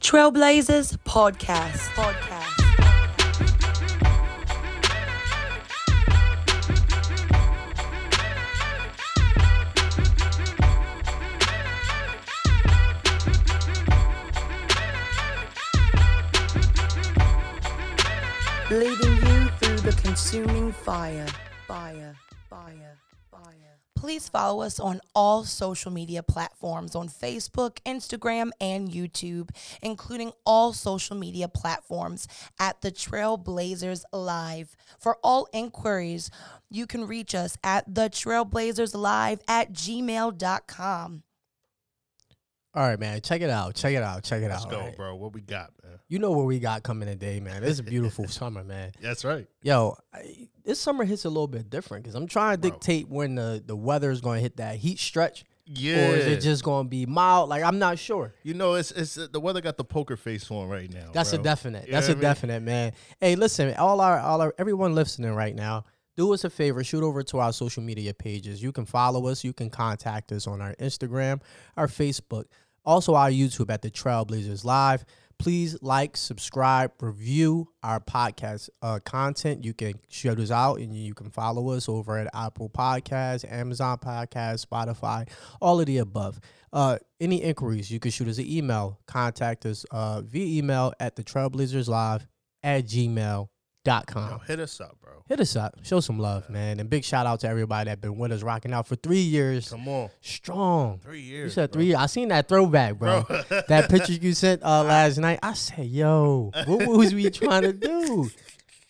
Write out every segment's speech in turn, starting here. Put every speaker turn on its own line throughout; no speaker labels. Trailblazers Podcast. Podcast. Leading you through the consuming fire. Fire. Fire. Fire. Please follow us on all social media platforms on Facebook, Instagram, and YouTube, including all social media platforms at the Trailblazers Live. For all inquiries, you can reach us at the Trailblazers Live at gmail.com.
All right, man. Check it out. Check it out. Check it
Let's
out.
go,
right?
bro. What we got, man?
You know what we got coming today, man. It's a beautiful summer, man.
That's right.
Yo, I, this summer hits a little bit different because I'm trying to
Bro.
dictate when the, the weather is going to hit that heat stretch.
Yeah.
Or is it just going to be mild? Like, I'm not sure.
you know, it's it's the weather got the poker face on right now.
That's a
bro.
definite.
You
That's
know
a
what I mean?
definite, man. Hey, listen, all our all our everyone listening right now, do us a favor, shoot over to our social media pages. You can follow us, you can contact us on our Instagram, our Facebook, also our YouTube at the Trailblazers Live. Please like, subscribe, review our podcast uh, content. You can shout us out and you can follow us over at Apple Podcasts, Amazon Podcasts, Spotify, all of the above. Uh, any inquiries, you can shoot us an email. Contact us uh, via email at the Trailblazers Live at
Yo,
gmail.com.
hit us up, bro.
Hit us up. Show some love, man. And big shout out to everybody that been with us rocking out for three years.
Come on.
Strong.
Three
You
years.
said
bro.
three years. I seen that throwback, bro. that picture you sent uh, last night. I said, yo, what was we trying to do?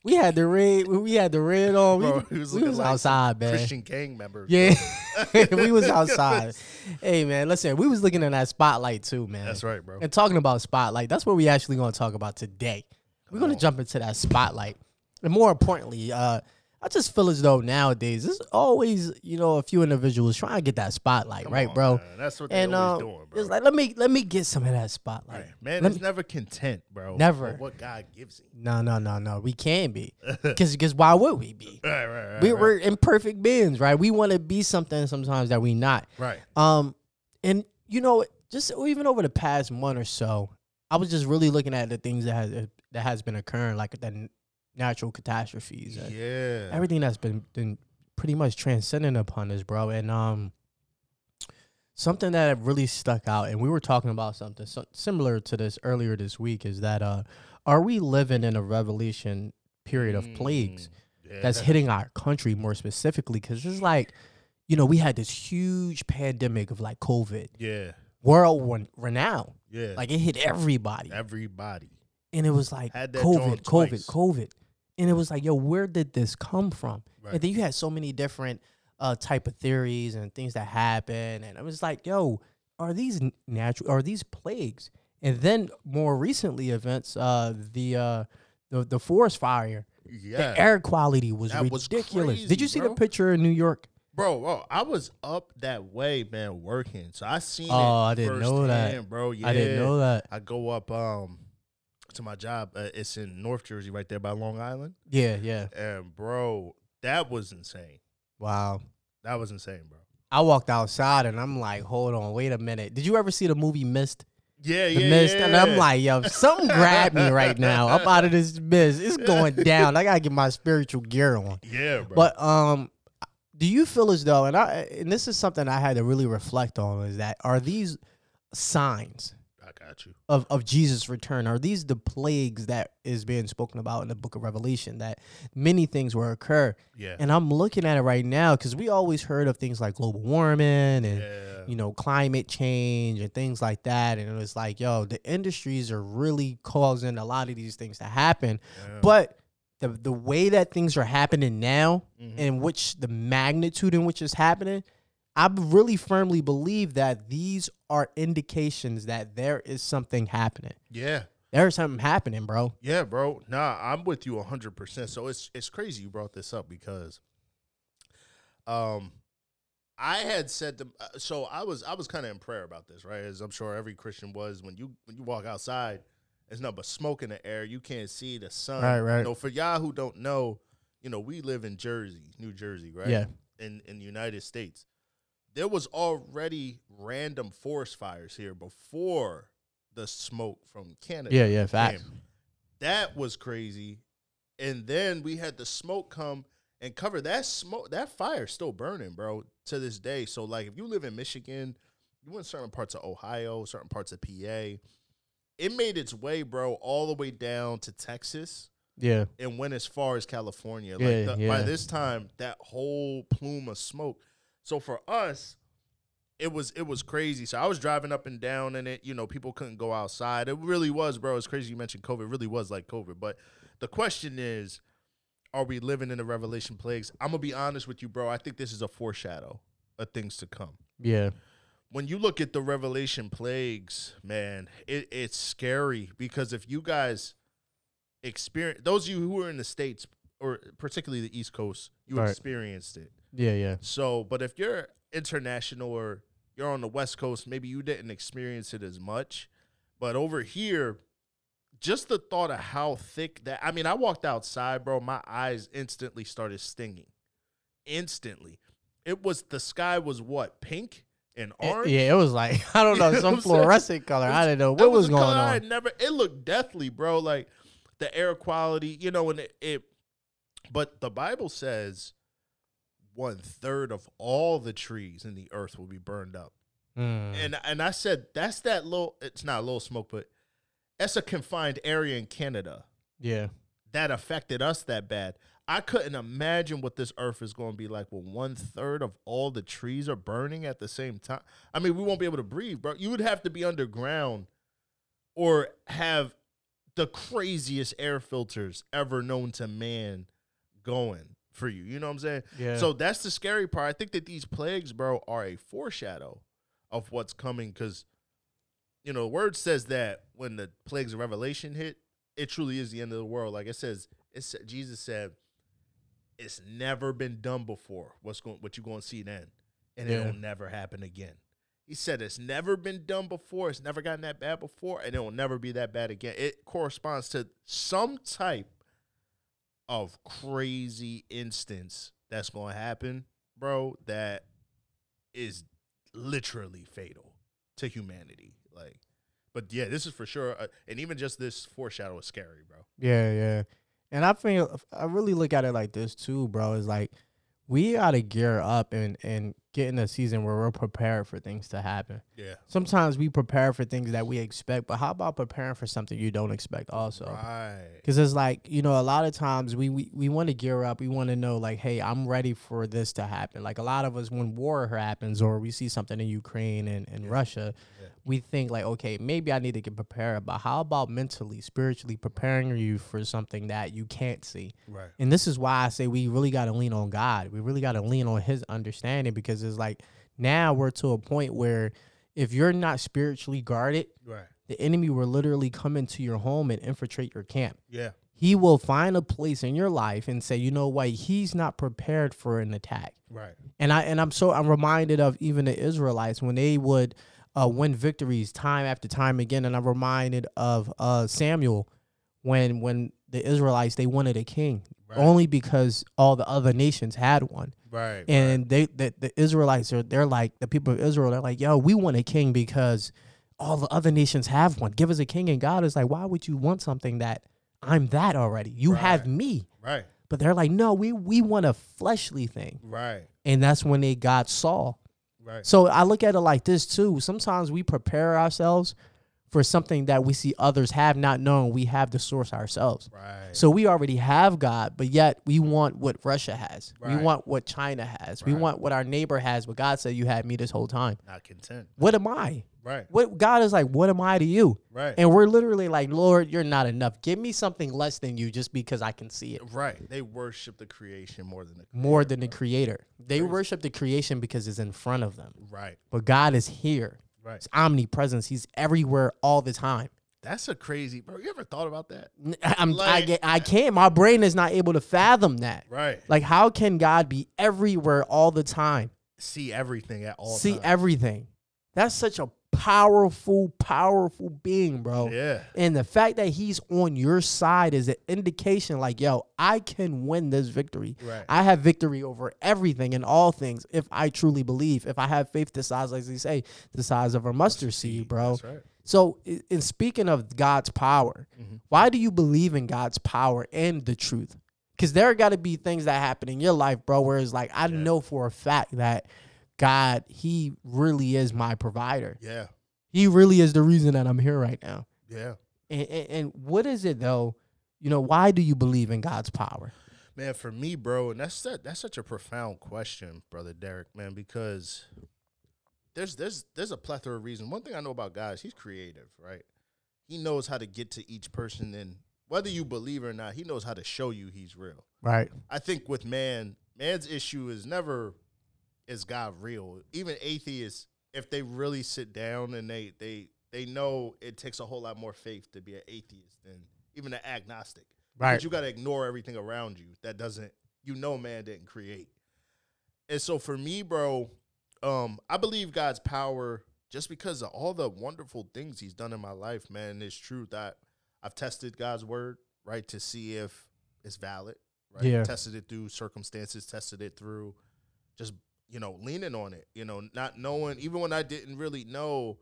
We had the red we had the red on. We,
Bro, he was
we
looking
was
like some
outside, man.
Christian gang members.
Yeah, we was outside. hey man, listen, we was looking in that spotlight too, man.
That's right, bro.
And talking about spotlight, that's what we actually going to talk about today. We're
Oh.
going to jump into that spotlight, and more importantly, uh, I just feel as though nowadays there's always you know a few individuals trying to get that spotlight,
Come
right,
on,
bro?
man. That's what they
And uh,
always doing, bro.
it's like let me let me get some of that spotlight.
Right. Man,
Let
it's
me-
never content, bro.
Never.
for What God gives him.
no, no, no, no. We can be, because why would we be?
Right, right, right.
We,
right.
we're imperfect beings, right? We want to be something sometimes that we not.
right.
Um, and you know, just even over the past month or so, I was just really looking at the things that has uh, that has been occurring, like the n- natural catastrophes, and
Yeah.
everything that's been been pretty much transcending upon us, bro. And um, something that really stuck out, and we were talking about something so- similar to this earlier this week, is that uh, are we living in a revelation period of plagues?
Mm, yeah.
that's hitting our country more specifically because it's like you know we had this huge pandemic of like covid
Yeah.
world ren- renowned
Yeah.
like it hit everybody
everybody.
and it was like
Had that
covid covid
joint twice.
covid and it was like yo where did this come from
Right.
and then you had so many different uh type of theories and things that happen and it was like yo are these n- natural are these plagues and then more recently events uh the uh the, the forest fire
Yeah.
the air quality was
That was
ridiculous. Did you see the
crazy, bro.
picture in New York?
Bro, bro, I was up that way, man, working. So I seen it.
Oh, I didn't know that.
firsthand, bro. Yeah.
I didn't know that.
I go up um to my job. Uh, it's in North Jersey, right there by Long Island.
Yeah, yeah.
And bro, that was insane.
Wow.
That was insane, bro.
I walked outside and I'm like, hold on, wait a minute. Did you ever see the movie Mist?
Yeah,
The
yeah,
Mist?
yeah.
And I'm like, yo, something grabbed me right now. I'm out of this mist. It's going down. I gotta get my spiritual gear on.
yeah, bro.
But um, do you feel as though, and I, and this is something I had to really reflect on, is that are these signs
I got you.
of, of Jesus' return? Are these the plagues that is being spoken about in the book of Revelation that many things will occur?
Yeah.
And I'm looking at it right now because we always heard of things like global warming and
yeah.
you know climate change and things like that. And it was like, yo, the industries are really causing a lot of these things to happen.
yeah.
But the the way that things are happening now
Mhm.
in which the magnitude in which it's happening, I b- really firmly believe that these are indications that there is something happening.
yeah.
There is something happening, bro.
Yeah, bro. Nah, I'm with you 100%. So it's it's crazy you brought this up because um I had said to uh, so I was I was kind of in prayer about this, right? As I'm sure every Christian was when you when you walk outside, there's nothing but smoke in the air. You can't see the sun.
Right, right.
You know, for y'all who don't know, you know, we live in Jersey, New Jersey, right?
Yeah.
In in the United States. There was already random forest fires here before the smoke from Canada.
Yeah, yeah, facts.
came. That was crazy. And then we had the smoke come and cover that smoke. That fire is still burning, bro, to this day. So like, if you live in Michigan, you in certain parts of Ohio, certain parts of PA. It made its way, bro, all the way down to Texas
Yeah,
and went as far as California.
Yeah,
Like the, by
yeah.
this time, that whole plume of smoke. So for us, it was it was crazy. So I was driving up and down in it. You know, people couldn't go outside. It really was, bro. It's crazy. You mentioned COVID. It really was like COVID. But the question is, are we living in the Revelation plagues? I'm gonna be honest with you, bro. I think this is a foreshadow of things to come
yeah,
when you look at the revelation plagues man it, it's scary because if you guys experience those of you who are in the states or particularly the east coast you
Right.
experienced it
yeah, yeah.
so but if you're international or you're on the west coast maybe you didn't experience it as much but over here just the thought of how thick that i mean i walked outside bro my eyes instantly started stinging instantly it was the sky was what pink and
It-
orange
yeah, it was like I don't know
You know
some
what I'm saying?
fluorescent color. I didn't know
that
what was,
a
going
color I
on.
had never. It looked deathly, bro. Like the air quality, you know, and it. it but the Bible says one third of all the trees in the earth will be burned up,
Mm.
and and I said that's that low. It's not low smoke, but that's a confined area in Canada
yeah,
that affected us that bad. I couldn't imagine what this earth is going to be like when one third of all the trees are burning at the same time. I mean, we won't be able to breathe, bro. You would have to be underground or have the craziest air filters ever known to man going for you. You know what I'm saying?
yeah.
So that's the scary part. I think that these plagues, bro, are a foreshadow of what's coming because, you know, the word says that when the plagues of Revelation hit, it truly is the end of the world. Like it says, it's, Jesus said, it's never been done before. What's going, what you going to see then, and
Yeah.
it'll never happen again. He said it's never been done before. It's never gotten that bad before, and it will never be that bad again. It corresponds to some type of crazy instance that's going to happen, bro, that is literally fatal to humanity. Like, but yeah, this is for sure. uh, and even just this foreshadow is scary, bro.
Yeah, yeah. And I feel I really look at it like this too, bro. Is like we gotta gear up and and get in a season where we're prepared for things to happen.
Yeah.
Sometimes we prepare for things that we expect, but how about preparing for something you don't expect also?
Right.
Because it's like, you know, a lot of times we, we, we want to gear up. We want to know, like, hey, I'm ready for this to happen. Like, a lot of us, when war happens or we see something in Ukraine and, and Russia,
Yeah.
we think, like, okay, maybe I need to get prepared. But how about mentally, spiritually preparing you for something that you can't see?
Right.
And this is why I say we really got to lean on God. We really got to lean on His understanding because it's like now we're to a point where if you're not spiritually guarded,
Right.
the enemy will literally come into your home and infiltrate your camp
Yeah.
he will find a place in your life and say, you know what, he's not prepared for an attack.
Right.
And I and I'm so I'm reminded of even the Israelites when they would uh, win victories time after time again. And I'm reminded of uh, Samuel when when the Israelites they wanted a king
Right.
only because all the other nations had one.
Right.
And they the, the Israelites are they're like the people of Israel they're like yo we want a king because all the other nations have one. Give us a king and God is like why would you want something that I'm that already. You have
Right.
me.
right.
But they're like no we we want a fleshly thing.
Right.
And that's when they got Saul.
Right.
So I look at it like this too. Sometimes we prepare ourselves for something that we see others have not known. We have the source ourselves.
Right.
So we already have God, but yet we want what Russia has.
Right.
We want what China has. We
Right.
want what our neighbor has. But God said, "You had me this whole time.
Not content.
What am I?
Right.
What God is like? What am I to you?"
Right.
And we're literally like, "Lord, you're not enough. Give me something less than you, just because I can see it."
right. They worship the creation more than the
More than the Creator. They worship the creation because it's in front of them.
right.
But God is here.
Right.
It's omnipresence. He's everywhere all the time.
That's a crazy, bro. You ever thought about that?
N- I'm, I,
Like-
get, I can't. My brain is not able to fathom that.
Right.
Like, how can God be everywhere all the time?
See everything at all.
see
times.
everything. That's such a powerful, powerful being, bro.
Yeah.
And the fact that he's on your side is an indication like, yo, I can win this victory.
Right.
I have victory over everything and all things if I truly believe, if I have faith the size, like they say, the size of a mustard seed, bro.
That's right.
So, i- in speaking of God's power,
Mm-hmm.
why do you believe in God's power and the truth? Because there got to be things that happen in your life, bro, where it's like, I know for a fact that God, He really is my provider.
Yeah.
He really is the reason that I'm here right now.
Yeah.
And, and, and what is it, though? You know, why do you believe in God's power?
Man, for me, bro, and that's that, that's such a profound question, brother Derek, man, because there's there's there's a plethora of reasons. One thing I know about God is he's creative, right? He knows how to get to each person and whether you believe or not, he knows how to show you he's real.
Right.
I think with man, man's issue is never is God real. Even atheists, if they really sit down and they they they know it takes a whole lot more faith to be an atheist than even an agnostic. Because
Right.
you got to ignore everything around you that doesn't you know man didn't create. And so for me, bro, um, I believe God's power just because of all the wonderful things He's done in my life, man. It's true that I've tested God's word, right, to see if it's valid, right?
Yeah.
Tested it through circumstances, tested it through just, you know, leaning on it, you know, not knowing, even when I didn't really know,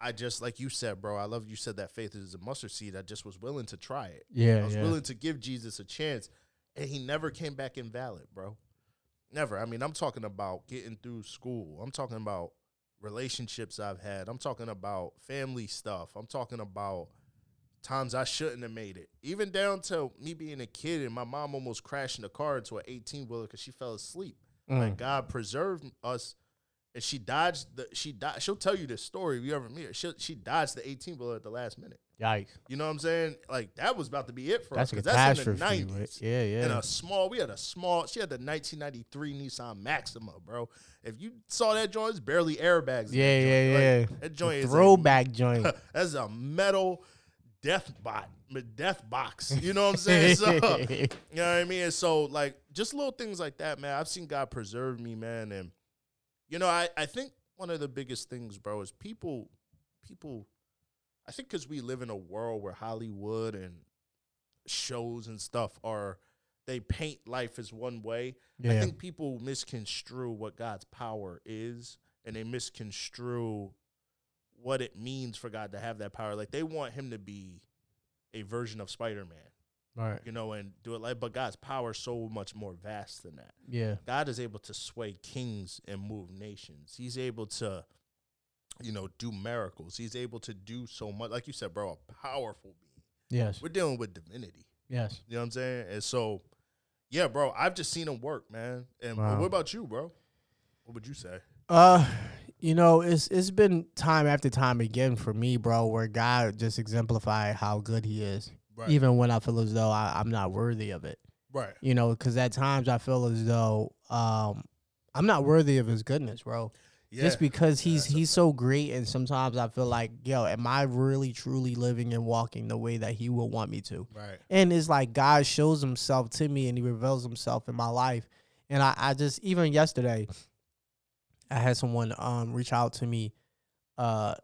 I just, like you said, bro, I love you said that faith is a mustard seed. I just was willing to try it. I
Yeah.
was
yeah.
willing to give Jesus a chance, and he never came back invalid, bro. Never. I mean, I'm talking about getting through school. I'm talking about relationships I've had. I'm talking about family stuff. I'm talking about times I shouldn't have made it. Even down to me being a kid and my mom almost crashing the car into an 18 wheeler because she fell asleep. Like
Mm.
God preserved us, and she dodged the. She dodged. She'll tell you this story if you ever meet her. She she dodged the 18 wheeler at the last minute.
Yikes.
You know what I'm saying? Like that was about to be it for
That's
us.
a
'cause that's in
catastrophe.
the nineties.
right? Yeah. Yeah.
And a small, we had a small. She had the 1993 Nissan Maxima, bro. If you saw that joint, it's barely airbags. in
Yeah,
that
yeah,
joint.
yeah.
Like, that joint is throwback.
Throwback joint.
that's a metal death bot, death box. You know what I'm saying? So, you know what I mean? And so like just little things like that, man. I've seen God preserve me, man. And you know, I, I think one of the biggest things, bro, is people people I think because we live in a world where Hollywood and shows and stuff are they paint life as one way. I
Yeah.
think people misconstrue what God's power is and they misconstrue what it means for God to have that power. Like they want him to be a version of Spider Man
Right.
you know, and do it like. But God's power is so much more vast than that.
Yeah.
God is able to sway kings and move nations. He's able to, you know, do miracles. He's able to do so much. Like you said, bro, a powerful being.
Yes.
We're dealing with divinity.
Yes.
You know what I'm saying? And so, yeah, bro, I've just seen him work, man. And
Wow.
what about you, bro? What would you say?
Uh, you know, it's it's been time after time again for me, bro, where God just exemplified how good He is,
Right.
even when I feel as though I, I'm not worthy of it.
Right.
You know, because at times I feel as though um I'm not worthy of His goodness, bro.
Yeah.
Just because he's
that's a
he's so great, and sometimes I feel like, yo, am I really truly living and walking the way that He would want me to?
right.
And it's like God shows himself to me and he reveals himself in my life. And I, I just even yesterday I had someone um reach out to me uh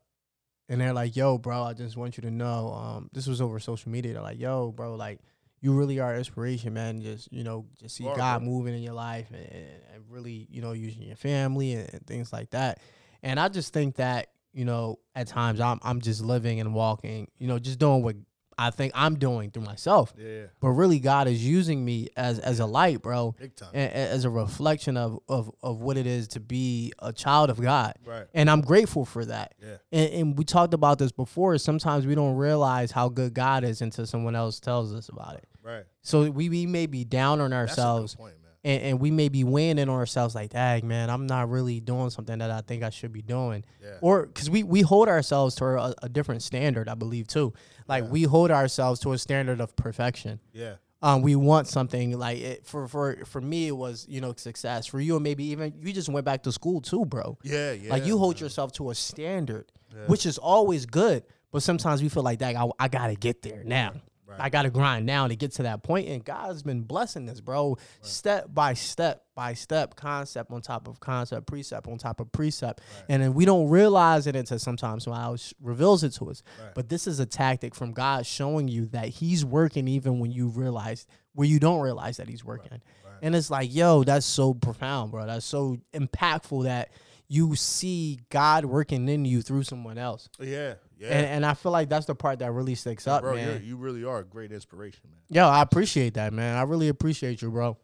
and they're like, yo, bro, I just want you to know, um, this was over social media. They're like, yo, bro, like you really are inspiration, man. Just you know, just see
Word,
God
bro.
moving in your life and, and and really, you know, using your family and, and things like that. And I just think that, you know, at times I'm I'm just living and walking, you know, just doing what I think I'm doing through myself.
Yeah.
But really, God is using me as as a light, bro,
Big time.
and, and as a reflection of, of of what it is to be a child of God.
Right.
And I'm grateful for that.
Yeah.
And, and we talked about this before. Sometimes we don't realize how good God is until someone else tells us about it.
Right.
So we, we may be down on
That's a good
ourselves
point, man.
and, and we may be weighing in on ourselves like, dang, man, I'm not really doing something that I think I should be doing.
Yeah.
Or because we, we hold ourselves to a, a different standard, I believe, too. Like we hold ourselves to a standard of perfection.
Yeah.
Um, we want something like it, for for for me it was you know success for you and maybe even you just went back to school too bro
Yeah. Yeah.
like you hold yourself to a standard which is always good but sometimes we feel like that I, I gotta get there now i gotta grind now to get to that point and god's been blessing this bro step by step by step concept on top of concept precept on top of precept and then we don't realize it until sometimes when else reveals it to us but this is a tactic from god showing you that he's working even when you realize where you don't realize that he's working and it's like yo that's so profound bro that's so impactful that you see God working in you through someone else.
Yeah, yeah.
And, and I feel like that's the part that really sticks up,
Bro, you're,
man.
you really are a great inspiration, man.
Yo, I appreciate that, man. I really appreciate you, bro.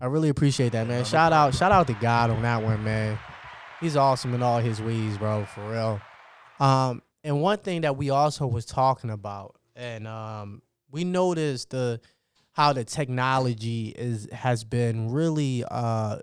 I really appreciate that, man. Shout out, shout out to God on that one, man. He's awesome in all his ways, bro, for real. Um, and one thing that we also was talking about, and um, we noticed the how the technology is has been really uh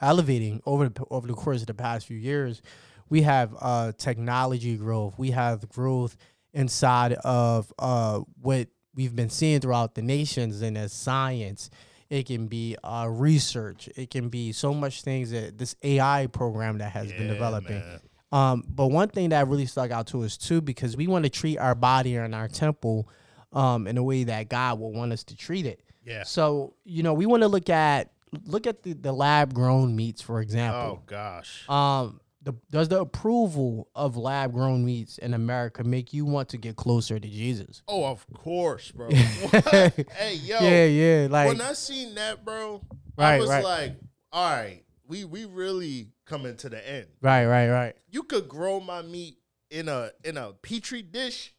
elevating over the over the course of the past few years. We have uh technology growth. We have growth inside of uh what we've been seeing throughout the nations and as science. It can be uh, research. It can be so much things that this AI program that has been
Yeah,
developing.
man.
Um, but one thing that really stuck out to us too, because we want to treat our body and our temple um, in a way that God will want us to treat it.
Yeah.
So you know, we want to look at look at the, the lab grown meats, for
Oh
example.
gosh.
Um, the, does the approval of lab grown meats in America make you want to get closer to Jesus?
Oh, of course, bro. What? hey, yo.
yeah, yeah. Like,
when I seen that, bro, I
Right,
was
right.
like, all right, we we really coming to the end.
right, right, right.
You could grow my meat in a in a petri dish,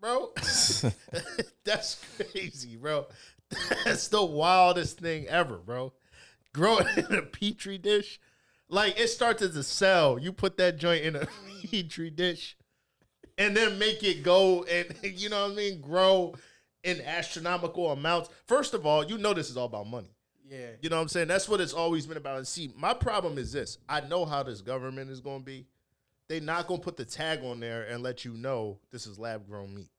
bro. That's crazy, bro. That's the wildest thing ever, bro. Growing in a petri dish. Like it starts as a cell. You put that joint in a petri dish and then make it go and you know what I mean, grow in astronomical amounts. First of all, you know this is all about money.
Yeah.
You know what I'm saying? That's what it's always been about. And see, my problem is this. I know how this government is going to be. They're not going to put the tag on there and let you know this is lab grown meat.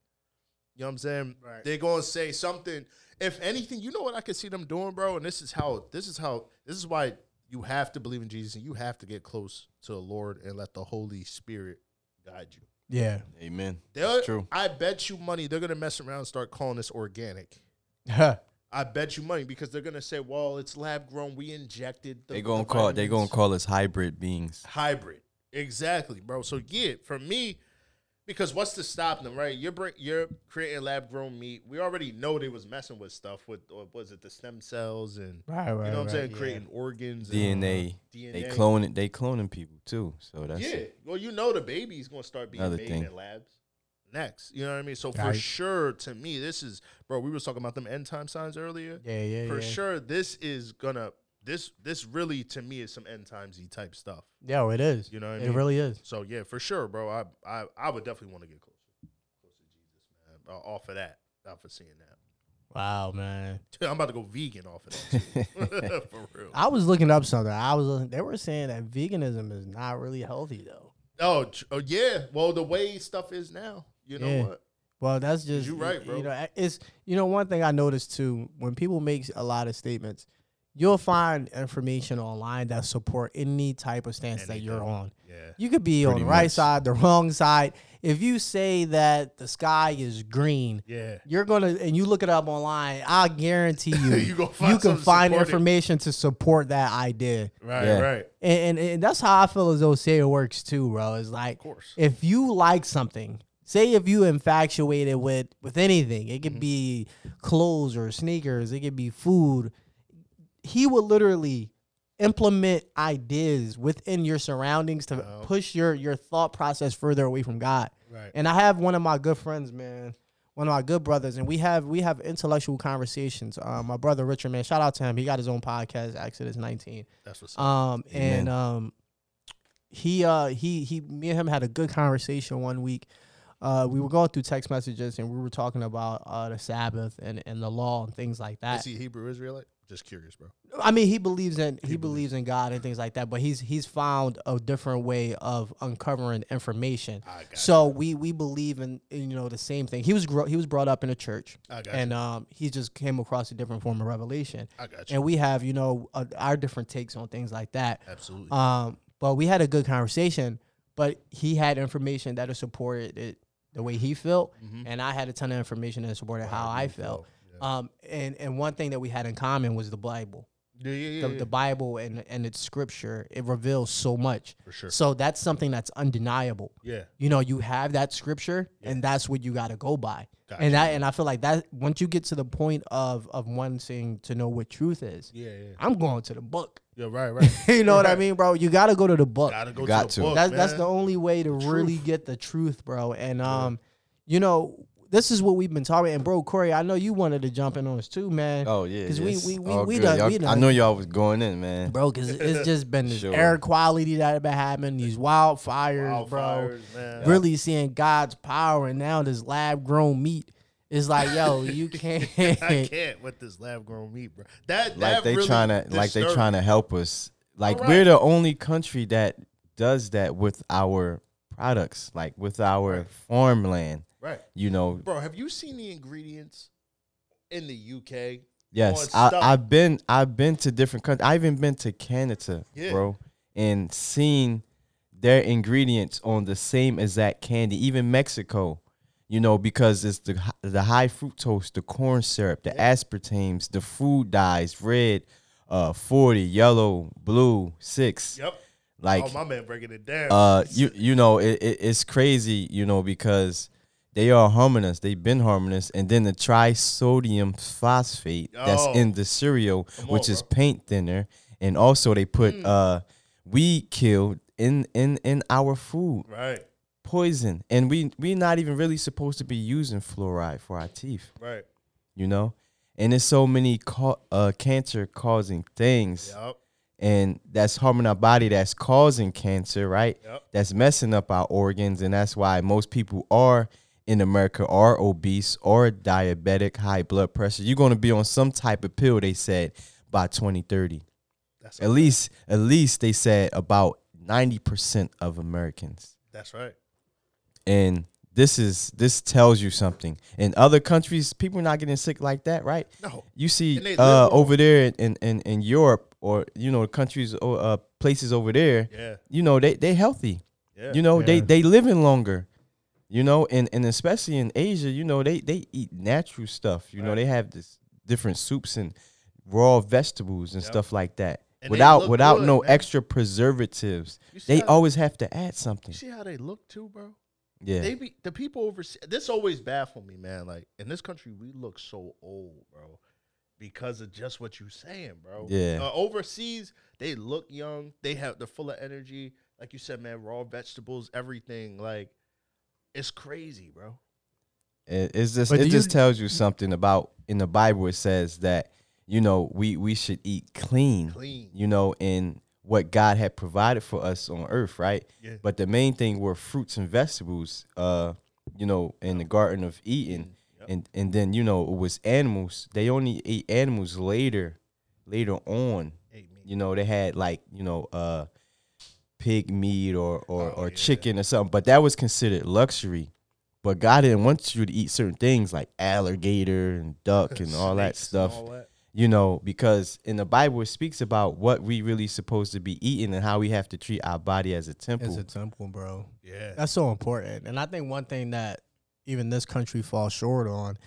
You know what I'm saying?
Right.
They're going to say something. If anything, you know what I could see them doing, bro? And this is how this is how this is why you have to believe in Jesus and you have to get close to the Lord and let the Holy Spirit guide you.
Yeah.
Amen.
They're,
true.
I bet you money they're going to mess around and start calling this organic. I bet you money because they're gonna say, "Well, it's lab grown. We injected." The,
They
the
gonna call. They gonna
vitamins."
call us hybrid beings.
hybrid. Exactly, bro. So yeah, for me, because what's to stop them, right? You're bring, you're creating lab grown meat. We already know they was messing with stuff with or was it the stem cells and
Right,
you
right,
know what I'm
right,
saying,
yeah.
creating organs, and, uh,
DNA. They
DNA.
cloning. They cloning people too. So that's
Yeah,
it.
well, you know the baby's gonna start being
Another
made
thing.
in labs next. You know what I mean? So for
Right.
sure, to me, this is bro. We was talking about them end time signs earlier.
Yeah, yeah,
for
yeah.
sure this is gonna this this really to me is some end times y type stuff
Yo, it is.
You know what I
it
mean?
really is.
so yeah for sure bro i i, I would definitely want to get closer close to jesus man uh, off of that off of seeing that
Wow, man.
i'm about to go vegan off of that too. for real
I was looking up something. I was looking, they were saying that veganism is not really healthy though.
oh, tr- oh yeah well the way stuff is now you know
Yeah.
what
Well, that's just
You right, bro.
You know, it's you know one thing I noticed too when people make a lot of statements, you'll find information online that support any type of stance that
Anything.
you're on.
yeah
You could be on
Pretty
the right
much.
side, the wrong side. If you say that the sky is green,
yeah
you're gonna and you look it up online. I guarantee you,
You gonna find
can
something to
find
support it.
information to support that idea.
right
Yeah.
right
And, and and that's how I feel as though say it works too, bro. It's like
course.
if you like something, say if you infatuated with with anything, it could be clothes or sneakers, it could be food. He will literally implement ideas within your surroundings to
Oh.
push your your thought process further away from God.
Right.
And I have one of my good friends, man, one of my good brothers, and we have we have intellectual conversations. Um, my brother Richard, man, shout out to him. He got his own podcast, Exodus 19.
that's what's up
Um,
Amen.
and um, he uh he he me and him had a good conversation one week. Uh, we were going through text messages and we were talking about uh the Sabbath and and the law and things like that.
is he hebrew israelite just curious bro
I mean, he believes in he believes in God and things like that, but he's he's found a different way of uncovering information.
I got
So we we believe in in, you know the same thing. He was grow, he was brought up in a church,
I got
and um he just came across a different form of revelation.
i got you
And we have you know uh, our different takes on things like that.
absolutely
Um, but we had a good conversation. But he had information that supported it the way he felt,
Mm-hmm.
and I had a ton of Um, information that supported how I felt. Um, and and one thing that we had in common was the Bible.
Yeah, yeah,
the,
yeah,
the Bible and and its scripture, it reveals so much.
for sure.
So that's something that's undeniable.
yeah,
You know, you have that scripture, and that's what you got to go by.
Gotcha.
And that, and I feel like that once you get to the point of of wanting to know what truth is,
yeah, yeah,
I'm going to the book.
yeah. Right, right.
you know what I
Right.
mean, bro? You got to go to the book.
Gotta go
Got
to.
to.
The book,
That's that's
man.
the only way to really get the truth, bro. And um, you know, this is what we've been talking. And bro, Corey, I know you wanted to jump in on us too, man.
Oh yeah,
because
yes.
we we we,
All
we
good.
done
Y'all-
we done.
I know y'all was going in, man.
bro, because it's just been this
Sure.
air quality that have been happening, these wildfires, bro.
Wildfires, man.
Really seeing God's power, and now this lab grown meat is like, yo, you can't.
I can't with this lab grown meat, bro. That,
Like
that
they
really
trying to like they
disturbed-
trying to help us. Like
All right.
we're the only country that does that with our products, like with our farmland.
Right,
You know,
bro. Have you seen the ingredients in the UK?
Yes,
on
I,
stuff.
I've been I've been to different countries. I've even been to Canada,
Yeah.
bro, and seen their ingredients on the same exact candy. Even Mexico, you know, because it's the hi- the high fructose, the corn syrup, the aspartames, the food dyes, red, uh, forty, yellow, blue, six.
Yep.
Like
oh, my man, breaking it down.
uh, you you know it, it, it's crazy you know because they are harming us they've been harming us and then the trisodium phosphate that's
Oh.
in the cereal which
on,
is
bro. Mm.
paint thinner and also they put uh weed kill in in in our food
right,
poison and we we're not even really supposed to be using fluoride for our teeth
right.
you know and there's so many ca- uh, cancer causing things
Yep.
and that's harming our body that's causing cancer right
Yep.
that's messing up our organs and that's why most people are in america are obese or diabetic high blood pressure you're going to be on some type of pill they said by 2030
That's
at least at least they said about 90% of americans
That's right.
and this is this tells you something in other countries people are not getting sick like that right
No.
you see
And they
uh,
live long.
over there in, in, in Europe or you know countries or uh, places over there,
Yeah.
you know they they healthy.
Yeah.
You know they
Yeah.
they living longer. You know, and, and especially in Asia, you know they they eat natural stuff. You know
Right.
they have this different soups and raw vegetables and
Yep.
stuff like that.
And they
without
look
without
good,
no
man.
extra preservatives,
You see
they
how-
always have to add something.
You see how they look too, bro.
Yeah,
They be the people overseas. This always baffled me, man. Like in this country, we look so old, bro, because of just what you saying, bro.
Yeah.
Uh, overseas, they look young. They have they're full of energy, like you said, man. Raw vegetables, everything. Like it's crazy, bro.
It, it's just
But
it
do
just
you-
tells you something about in the Bible. It says that you know we we should eat clean,
Clean.
Mm. you know, and what God had provided for us on earth, right?
Yeah.
But the main thing were fruits and vegetables, uh, you know, in the Garden of Eden, and and then you know it was animals. They only ate animals later, later on.
Hey, me.
You know, they had like you know. uh pig meat or or,
Oh,
or
yeah.
chicken or something, but that was considered luxury. But God didn't want you to eat certain things like alligator and duck and all that
Snakes and
stuff,
all that.
you know, because in the Bible it speaks about what we really supposed to be eating and how we have to treat our body as a temple.
It's a temple, bro.
Yeah.
That's so important. And I think one thing that even this country falls short on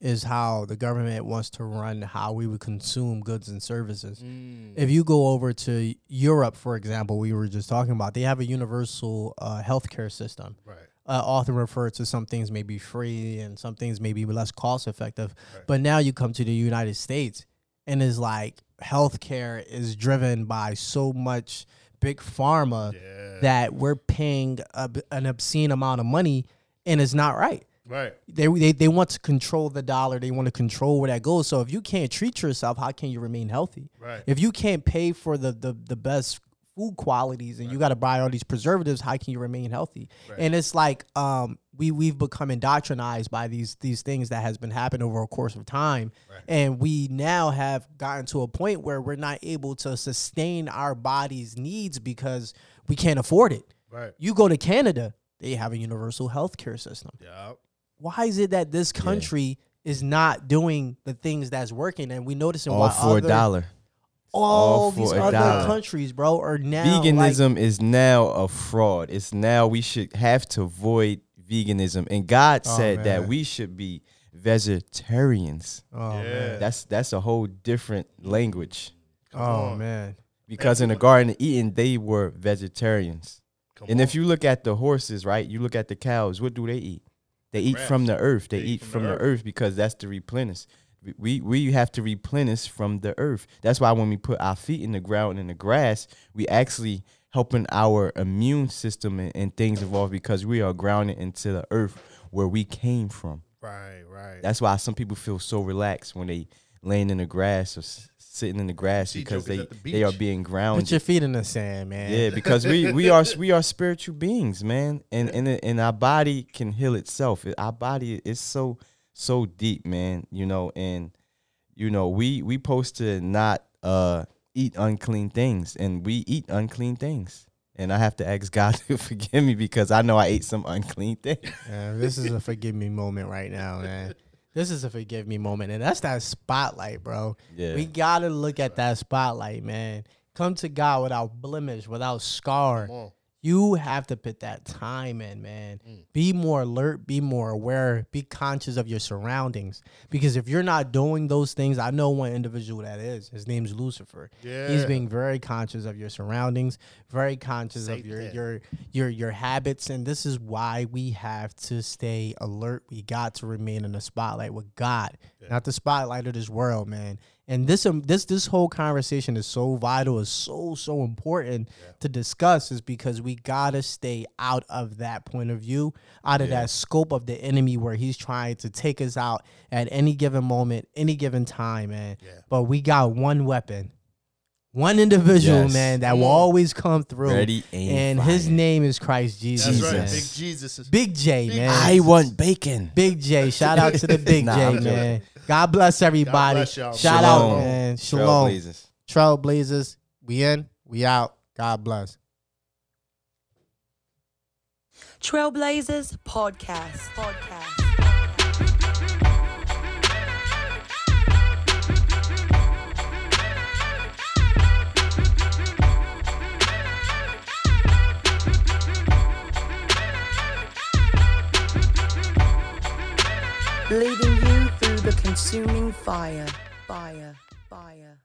is how the government wants to run how we would consume goods and services.
Mm. Mm-hmm.
If you go over to Europe, for example, we were just talking about, they have a universal uh, healthcare system.
Right.
Uh, often referred to some things may be free and some things may be less cost effective. But now you come to the United States and it's like healthcare is driven by so much big pharma
Yeah.
that we're paying a, an obscene amount of money and it's not right.
Right.
They, they, they want to control the dollar. They want to control where that goes. So if you can't treat yourself, how can you remain healthy?
Right.
If you can't pay for the the, the best food qualities and you got to buy all these preservatives, how can you remain healthy? And it's like um we we've become indoctrinized by these these things that has been happening over a course of time, and we now have gotten to a point where we're not able to sustain our body's needs because we can't afford it.
Right.
You go to Canada, they have a universal health care system
Yeah.
why is it that this country is not doing the things that's working and we noticing
all
why
for
other-
a dollar.
all,
all
these
for a
other
dollar.
countries bro are now like,
Veganism is now a fraud. It's now we should have to avoid veganism. And God said that
man.
we should be vegetarians.
oh,
Yeah.
That's that's a whole different language.
Come
oh
on.
man.
because in the Garden of Eden they were vegetarians.
Come
And if
on.
you look at the horses, right? You look at the cows. What do they eat? They eat from the earth. They, eat from the earth. because that's the replenish. We- We we have to replenish from the earth. That's why when we put our feet in the ground and in the grass, we actually helping our immune system and, and things evolve because we are grounded into the earth where we came from.
right, right.
That's why some people feel so relaxed when they laying in the grass or s- sitting in the grass
see
because they
jokers at the
they are
beach.
being
Put
grounded.
your feet in the sand, man.
Yeah, because we we are we are spiritual beings, man, and and it- and our body can heal itself. It- Our body is so so deep, man. You know, and you know we we supposed to not uh eat unclean things, and we eat unclean things. And I have to ask God to forgive me because I know I ate some unclean thing.
Yeah, Uh, this is a forgive me moment right now, man. This is a forgive me moment, and that's that spotlight, bro.
Yeah.
We gotta look at that spotlight, man. Come to God without blemish, without scar.
Come on.
You have to put that time in, man. Be more alert, be more aware, be conscious of your surroundings. Because if you're not doing those things, I know one individual that is. His name's Lucifer. He's
Yeah.
being very conscious of your surroundings, very conscious of your
Satan.
your your your habits, and this is why we have to stay alert. We got to remain in the spotlight with God, not the spotlight of this world, man. And this um, this this whole conversation is so vital, is so so important to discuss, is because we gotta stay out of that point of view, out of that scope of the enemy where he's trying to take us out at any given moment, any given time, man.
Yeah.
But we got one weapon, one individual,
Yes.
man, that will always come through.
Ready, aim,
and his
fire.
name is Christ
That's
Jesus.
right.
Jesus.
Big Jesus is
Big J, man.
I want bacon.
Big J. Shout out to the Big
Nah, I'm
J,
joking.
man. God bless everybody.
bless y'all.
Shout out,
Shalom.
man. Shalom.
Trailblazers.
Trailblazers. We in, we out. God bless.
Trailblazers Podcast. Podcast. Leading you through the consuming fire, fire, fire,